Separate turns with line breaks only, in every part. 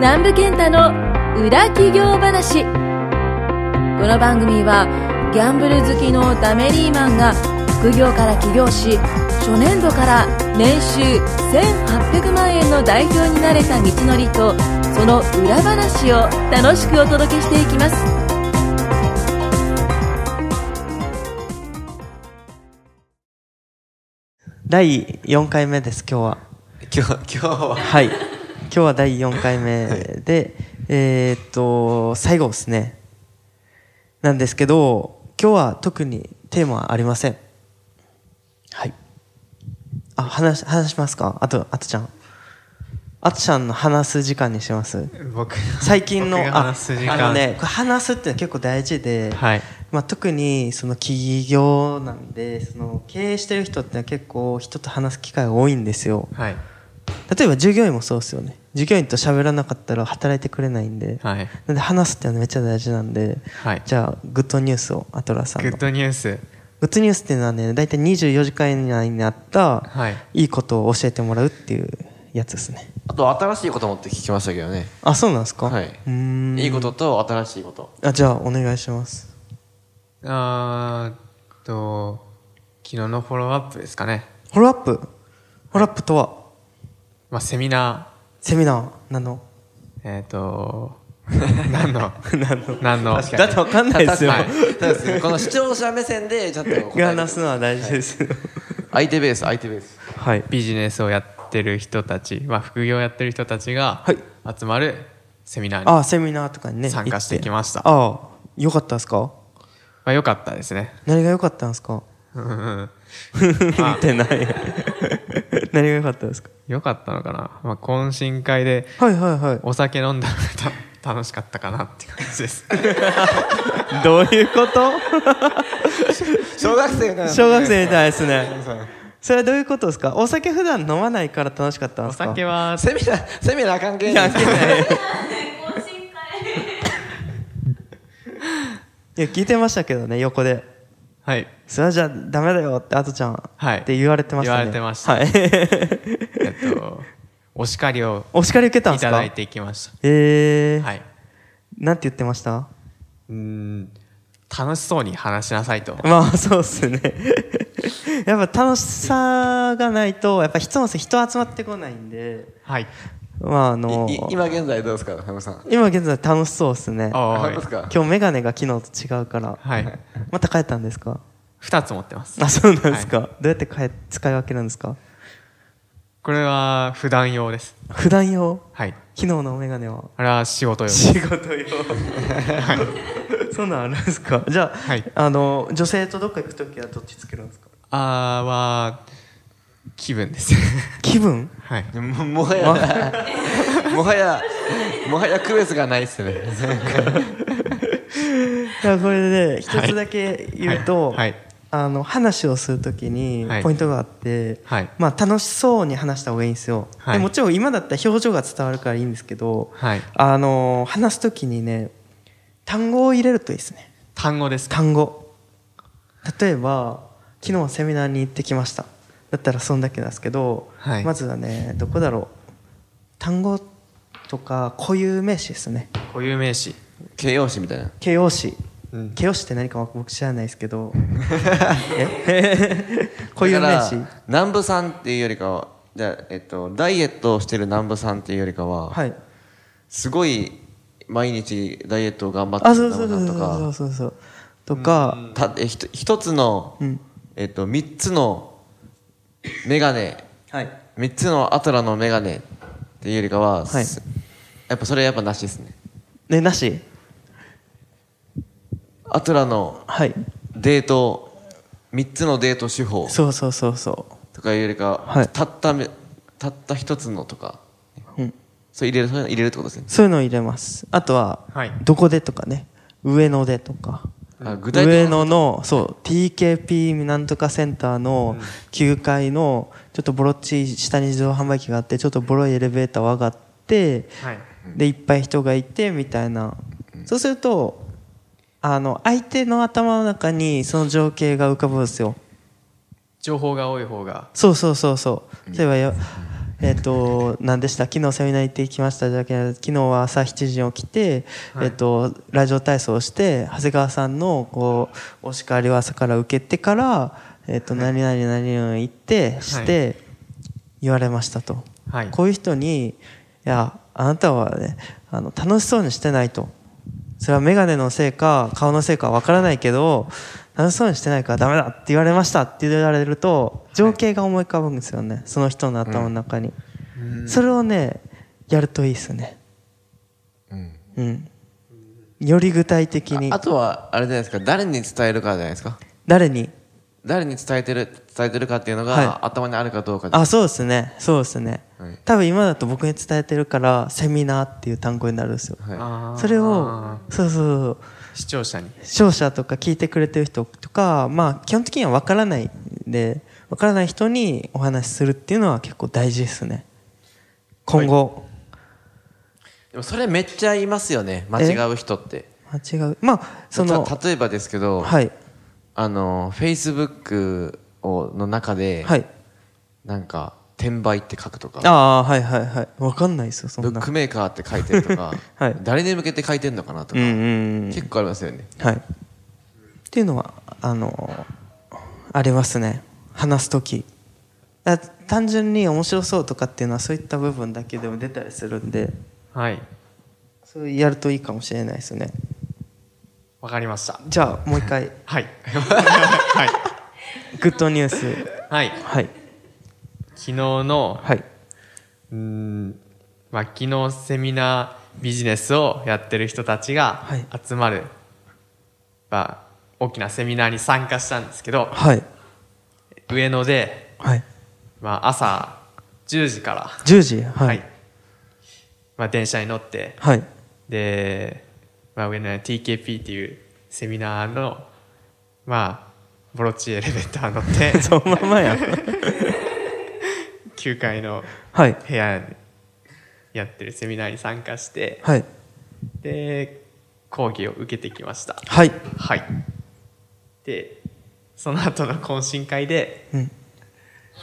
南部健太の裏企業話この番組はギャンブル好きのダメリーマンが副業から起業し初年度から年収1800万円の代表になれた道のりとその裏話を楽しくお届けしていきます
第4回目です今日は
今日今日は
はい今日は第4回目で、えーっと最後ですねなんですけど今日は特にテーマはありませんはいあ話し話しますかあとあとちゃんあとちゃんの話す時間にします
僕
最近の
僕が話す時間
ああのねこれ話すって結構大事で、
はい
まあ、特にその起業なんでその経営してる人って結構人と話す機会が多いんですよ
はい
例えば従業員もそうですよね従業員と喋らなかったら働いてくれないんで、
はい
なんで話すってのはめっちゃ大事なんで、
はい
じゃあグッドニュースをアトラさん
グ
の
ッドニュース
グッドニュースっていうのはね大体24時間以内にあった、
はい
い、いことを教えてもらうっていうやつですね
あと新しいこともって聞きましたけどね
あそうなんですか、
はいう
ーん
いいことと新しいこと
あじゃあお願いします
あーっと昨日のフォローアップですかね
フォローアップフォローアップとは、
まあセミナ
セミナーなの
ーえっ、 と何の何の
確かに
だってわかんないですよ、
はい
そうです ねこの視聴者目線でちょっと答えて
が話すのは大事ですよ
相手ベース相手ベース
はい、
ビジネスをやってる人たち、まあ、副業をやってる人たちが
はい
集まるセミナーに、
あセミナーとかにね
参加してきまし
行
た
ってああよかったですか
まあ、よかったですね
何が良かったんですか
うんうん
見てない 何が良かったですか
よかったのかな、まあ、懇親会で
はいはいは
お酒飲んだのがた楽しかったかなって感 じです
いどういうこと
小学生が
小学生みたいですねそれはどういうことですかお酒普段飲まないから楽しかったん
お
ですか
酒は
セミナーセミナー関係
い
な
や
い
いやいやいや聞いてましたけどね横で
はい
それはじゃあダメだよってあとちゃん、
はい
って言われてましたね
言われてました
はい
えっとお叱りを
お叱り受けたん
い
ですか
ただいてきまし
ええ
たはい
なんて言ってました
うーん楽しそうに話しなさいと
まあそうっすねやっぱ楽しさがないとやっぱひとまず人集まってこないんで
はい
まああの
いい今現在どうですかハムさん
今現在楽しそうっすね
あ
あ
は
本
い
当ですか
今日メガネが昨日と違うから
はい
また帰ったんですか
2つ持ってます
あそうなんですか、どうやって帰使い分けるんですか
これは普段用です
普段用
はい
昨日のメガネは
あれは仕事用
仕事用そうなんあるんですかじゃあ,、
はい
あの女性とどっか行く時はどっちつけるんですか
あーは気分です
気分
はい
ももはやもはやもはや区別がないっすね
いやこれでね一つだけ言うと、
はいはい
あの話をするときに
はい
ポイントがあって、
はい
まあ、楽しそうに話した方がいいんですよ、
は
で
い
もちろん今だったら表情が伝わるからいいんですけど、
はい
あの話すときにね単語を入れるといいですね
単語ですか
単語例えば昨日セミナーに行ってきましただったらそんだけなんですけど、
はい
まずはねどこだろう単語とか固有名詞ですね
固有名詞
形容詞みたいな
形容詞、
うん
形容詞って何か僕知らないですけど え 固有名
だか
詞
ら南部さんっていうよりかはじゃあえっとダイエットをしてる南部さんっていうよりかは
はい
すごい毎日ダイエットを頑張って
あ
る
そうそう
南部
そ
さん
う
とか
そうそうそうとか
たえひと一つの、
うん
えっと三つのメガネ
はい
三つのアトラのメガネっていうよりかは、
はい
すやっぱそれやっぱなしですね
ねなし
アトラの
はい
デート三つのデート手法
そうそうそうそ
とかいうよりかは、
はい
たっためたった一つのとか
う、うん、
そう入れるそういうの入れるってことですね、
そういうのを入れますあとは、
はい
どこでとかね上野でとか
あ具体的
上野のそう TKP なんとかセンターの9階のちょっとボロっちい下に自動販売機があってちょっとボロいエレベーターを上がって、
はい
でいっぱい人がいてみたいな、そうするとあの相手の頭の中にその情景が浮かぶんですよ
情報が多い方が
そうそうそうそう例えばよ、ええっ、と、何でした昨日セミナー行ってきましたじゃけん昨日は朝7時に起きて、
はい
えっ、と、ラジオ体操をして、長谷川さんの、こう、お叱りを朝から受けてから、えっ、と、何々何々行って、して、言われましたと。
はい
こういう人に、いや、あなたはね、あの、楽しそうにしてないと。それはメガネのせいか、顔のせいかわからないけど、楽しそうにしてないからダメだって言われましたって言われると、情景が思い浮かぶんですよね。その人の頭の中に。それをね、やるといいですね。
うん
うん。より具体的に
ああ、とはあれじゃないですか誰に伝えるかじゃないですか
誰に
誰に伝えてる伝えてるかっていうのが、
はい
頭にあるかどうかで
あ、そうですね。そうですね
はい。
多分今だと僕に伝えてるから、セミナーっていう単語になるんですよ。
はい
あー
それを、そうそうそう。
視聴者に
視聴者とか聞いてくれてる人とか、まあ、基本的には分からないんで分からない人にお話しするっていうのは結構大事ですね今後、
でもそれめっちゃいますよね間違う人って
間違うまあその
た例えばですけど、
はい
あのフェイスブックをの中で、
はい
なんか転売って書くとか
ああーはいはいはい分かんないですよそ
ブ
ん
ッ
な
クメーカーって書いてるとか、
はい
誰に向けて書いてるのかなと
うん
か、
うんうん
結構ありますよね
はいっていうのはあのありますね話す時だ単純に面白そうとかっていうのはそういった部分だけでも出たりするんで
はい
そうやるといいかもしれないですね
わかりました
じゃあもう一回
はい はい
グッドニュース。
はい
はい。
昨日の
はい。
うーんまあ、昨日セミナービジネスをやってる人たちが
はい
集まる、まあ、大きなセミナーに参加したんですけど
はい。
上野で、
はい。
まあ、朝10時から、
10時はい。
まあ、電車に乗って
はい。
で、まあ、上野の TKP っていうセミナーの、まあ、ボロッチエレベーター乗っ て
そのままやん。
9階の
はい。
部屋にやってるセミナーに参加して
はい。
で講義を受けてきました
はい。
はい。で、その後の懇親会で、
うん。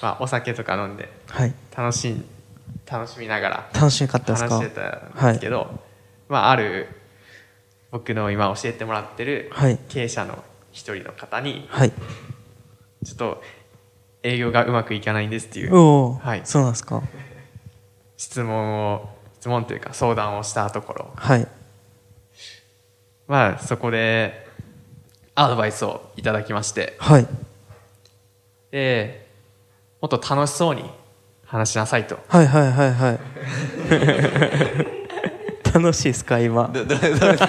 まあ、お酒とか飲んで、
はい。
楽しん、楽しみながら
楽しかったですか
話してたんですけど、まあ、ある、僕の今教えてもらってる
はい
経営者の一人の方に、
はい。
ちょっと営業がうまくいかないんですってい
お
う
お。
はい
そうなんですか
質問を、質問というか相談をしたところ、
はい。
まあ、そこでアドバイスをいただきまして、
はい。
で、もっと楽しそうに話しなさいと。
はいはいはいはい。楽しいですか今。
どどどうですか南部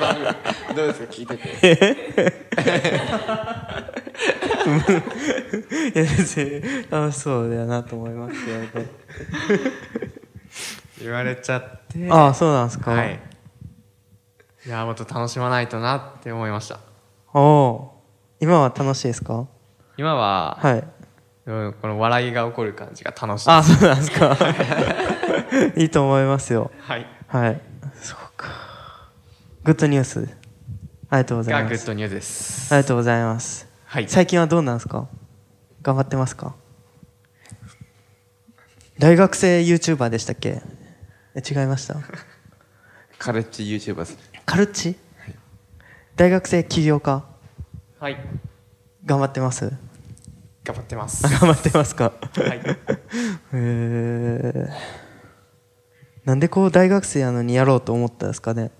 さんどうですか聞いて て
いや、別に楽しそうだよなと思いますけどね。
言われちゃって
ああ、そうなんですか
はいいやもっと楽しまないとなって思いました
おお。今は楽しいですか
今は、
はい。
うんこの笑いが起こる感じが楽しい
ああ、そうなんですか いいと思いますよ。
はい
はい。そうか。グッドニュース。ありがとうござい
が
ま
グッ
す。
ドニュースです
ありがとうございます。
はい
最近はどうなんですか頑張ってますか大学生 YouTuber でしたっけえ違いました
カレッジ YouTuber です
カルッチ大学生起業家
はい
頑張ってます
頑張ってます
あ 頑張ってますか
はい
へえなんでこう大学生やのにやろうと思ったんですかね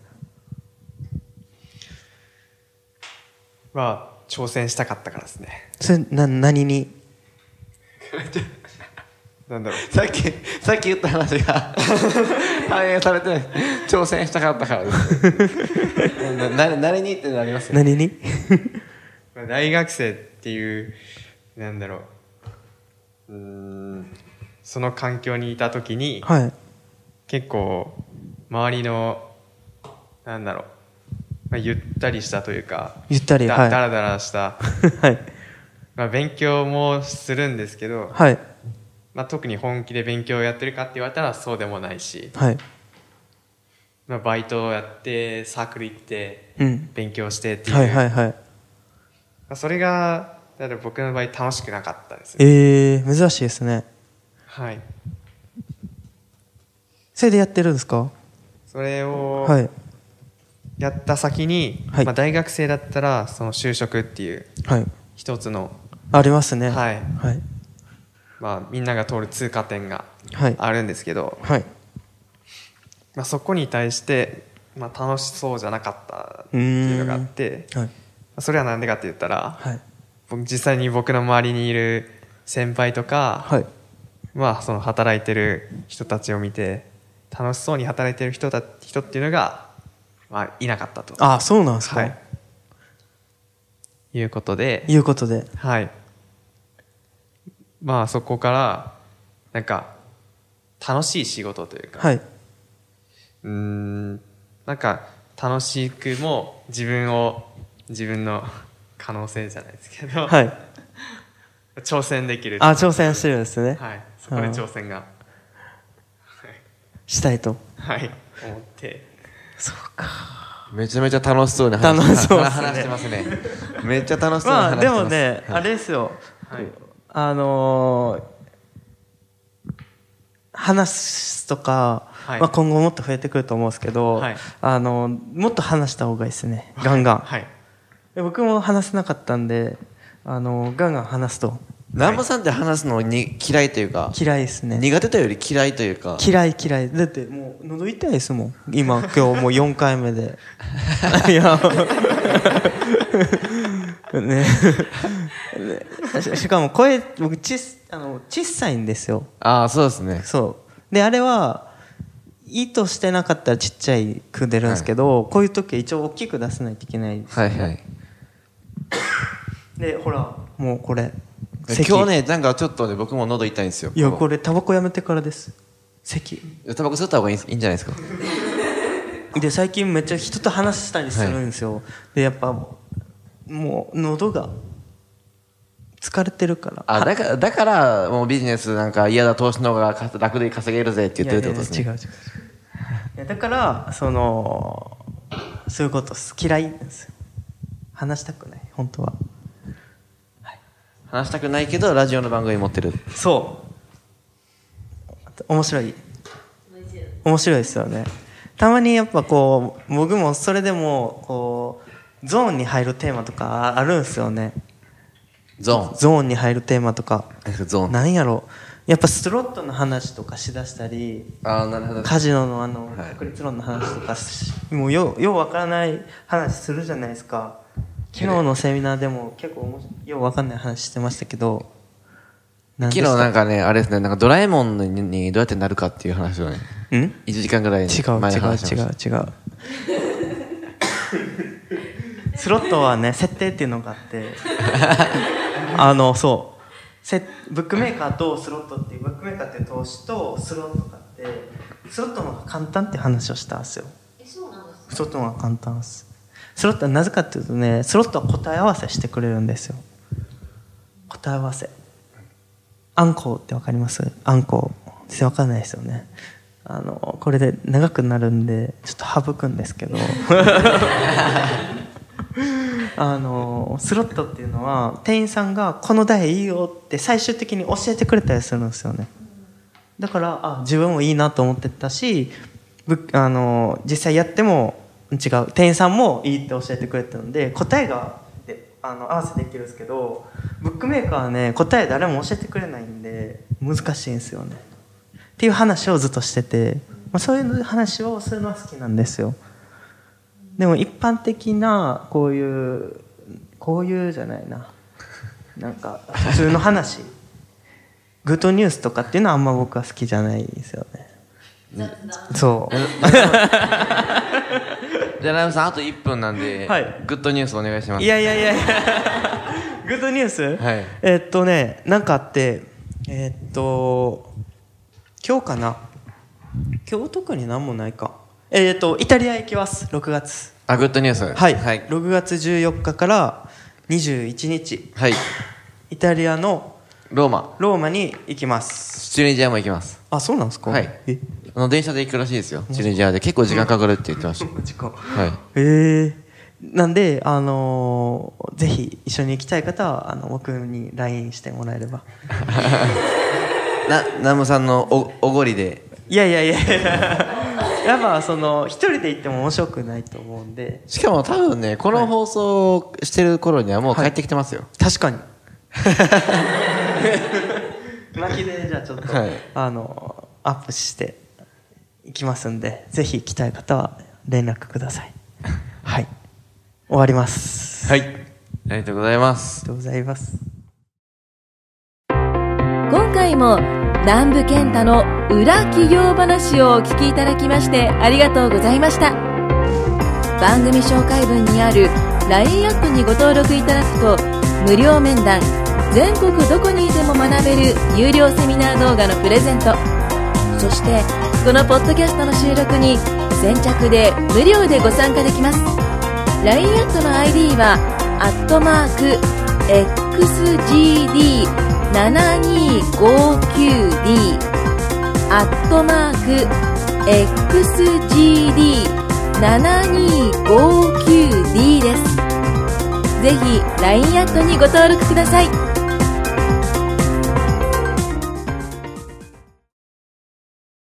まあ挑戦したかったからですね
それな何に
なんだろう
さっき さっき言った話 が反映されてない挑戦したかったからで すなな誰にってなりますよ
何に
まあ大学生っていうなんだろううーんその環境にいた時に、
はい
結構周りのなんだろう、まあ、ゆったりしたというか
ゆったり
だ,、
はい
だらだらした、
はい
まあ、勉強もするんですけど、
はい
まあ、特に本気で勉強をやってるかって言われたらそうでもないし、
はい
まあ、バイトをやってサークル行って
うん
勉強してっていう、
はいはいはい
まあ、それがだから僕の場合楽しくなかったですね、
えー、珍しいですね
はい、
それでやってるんですか
それを
はい。
やった先に、
はい
まあ、大学生だったらその就職っていう
はい。
一つの、
ありますね。
はい
はい。
まあ、みんなが通る通過点が
はい
あるんですけど、
はい。
まあ、そこに対して、まあ、楽しそうじゃなかったっていうのがあって
はい。
それは何でかって言ったら、
はい。
僕実際に僕の周りにいる先輩とか、
はい。
まあ、その働いてる人たちを見て楽しそうに働いてる人だ人っていうのが、まあ、いなかったと、
あ、そうなんですか。
はい、いうことで
いうことで。
はい。まあそこから、なんか、楽しい仕事というか、
はい。
うーん、なんか、楽しくも自分を、自分の可能性じゃないですけど、
はい。
挑戦できる。
あ、挑戦してるんですね。
はい。そこで挑戦が、
したいと。
はい、思って。
めちゃめちゃ楽しそうな話
楽しそうですね
話してますねめっちゃ楽しそうな
まあ
話してます
でもね、
はい
あれですよ、
はい
あのー話すとか、
はい
まあ、今後もっと増えてくると思うんですけど、
はい
あのーもっと話した方がいいですねガンガン、
はい。
で僕も話せなかったんで、あのーガンガン話すと
南波さんって話すのに嫌いというか
嫌いですね
苦手というより嫌いというか
嫌い嫌いだってもう喉痛いですもん今今日もう4回目で いや ねししかも声僕ちっあの小さいんですよ
ああそうですね
そうであれは意図してなかったらちっちゃいく出るんですけど、こういう時は一応大きく出さないといけない
はいはい
でほらもうこれ咳
今日ねなんかちょっとね僕も喉痛いんですよ
いやこれタバコやめてからです咳
タバコ吸った方がいいいいんじゃないですか
で最近めっちゃ人と話したりするんですよ、でやっぱもう喉が疲れてるから
あだからだからもうビジネスなんか嫌だ投資の方がか楽で稼げるぜって言ってるってことですね
いやいや違う違う違ういやだからそのそういうことっす嫌いなんですよ話したくない本当は
話したくないけどラジオの番組持ってる
そう面白い面白いですよねたまにやっぱこう僕もそれでもこうゾーンに入るテーマとかあるんですよね
ゾ
ゾーンに入るテーマとか
ーンゾーン
なんやろやっぱスロットの話とかしだしたり
ああなるほど
カジノのあの
はい
確率論の話とかしもうよようわからない話するじゃないですか昨日のセミナーでも結構おもしようわかんない話してましたけど昨
昨日なんかねあれですねなんかドラえもんににどうやってなるかっていう話をね
ん違う違う
1時間ぐらい前に話し
違
ま
う
し
違う スロットはね設定っていうのがあって あのそうせブックメーカーとスロットっていうブックメーカーっていう投資とスロットがあってスロットの方が簡単っていう話をしたんですよスロットの方が簡単ですスロットはなぜかっていうとねスロットは答え合わせしてくれるんですよ答え合わせアンコウってわかりますアンコウ全然わかんないですよねあのこれで長くなるんでちょっと省くんですけどあのスロットっていうのは店員さんが「この台いいよ」って最終的に教えてくれたりするんですよねだからあ自分もいいなと思ってたしぶあの実際やっても違う店員さんもいいって教えてくれたので答えがであの合わせできるんですけどブックメーカーはね答え誰も教えてくれないんで難しいんですよねっていう話をずっとしてて、まあ、そういう話をするのは好きなんですよでも一般的なこういうこういうじゃないななんか普通の話グッドニュースとかっていうのはあんま僕は好きじゃないんですよねそう
たじゃあラムさんあと1分なんで、
はい
グッドニュースお願いします
いやいやいやいやグッドニュース、
はい
えっとねなんかあってえっと今日かな今日特になんもないかえっとイタリア行きます6月
あグッドニュース
はい、
はい、
6月14日から21日
はい、
イタリアの
ローマ
ローマに行きます
チュニジアも行きます
あそうなんですか
はい
え
あの電車で行くらしいですよチュニジアで結構時間かかるって言ってまし
マジか
たはい
えー、なんで、あのーぜひ一緒に行きたい方はあの僕に LINE してもらえれば
なナムさんのおおごりで
いやいやいやい ややっぱその一人で行っても面白くないと思うんで
しかも多分ね、この放送をしてる頃にはもう帰ってきてますよ。
確かに 巻きでじゃあちょっと、
はい
あのアップしていきますんでぜひ来たい方は連絡くださいはい終わります
はい。ありがとうございます
ありが。とうございます
今回も南部健太の裏企業話をお聞きいただきましてありがとうございました番組紹介文にある LINE アップにご登録いただくと無料面談全国どこにいても学べる有料セミナー動画のプレゼントそしてこのポッドキャストの収録に先着で無料でご参加できます LINE アットの ID はアットマーク XGD7259D アットマーク XGD7259D ですぜひ LINE アットにご登録ください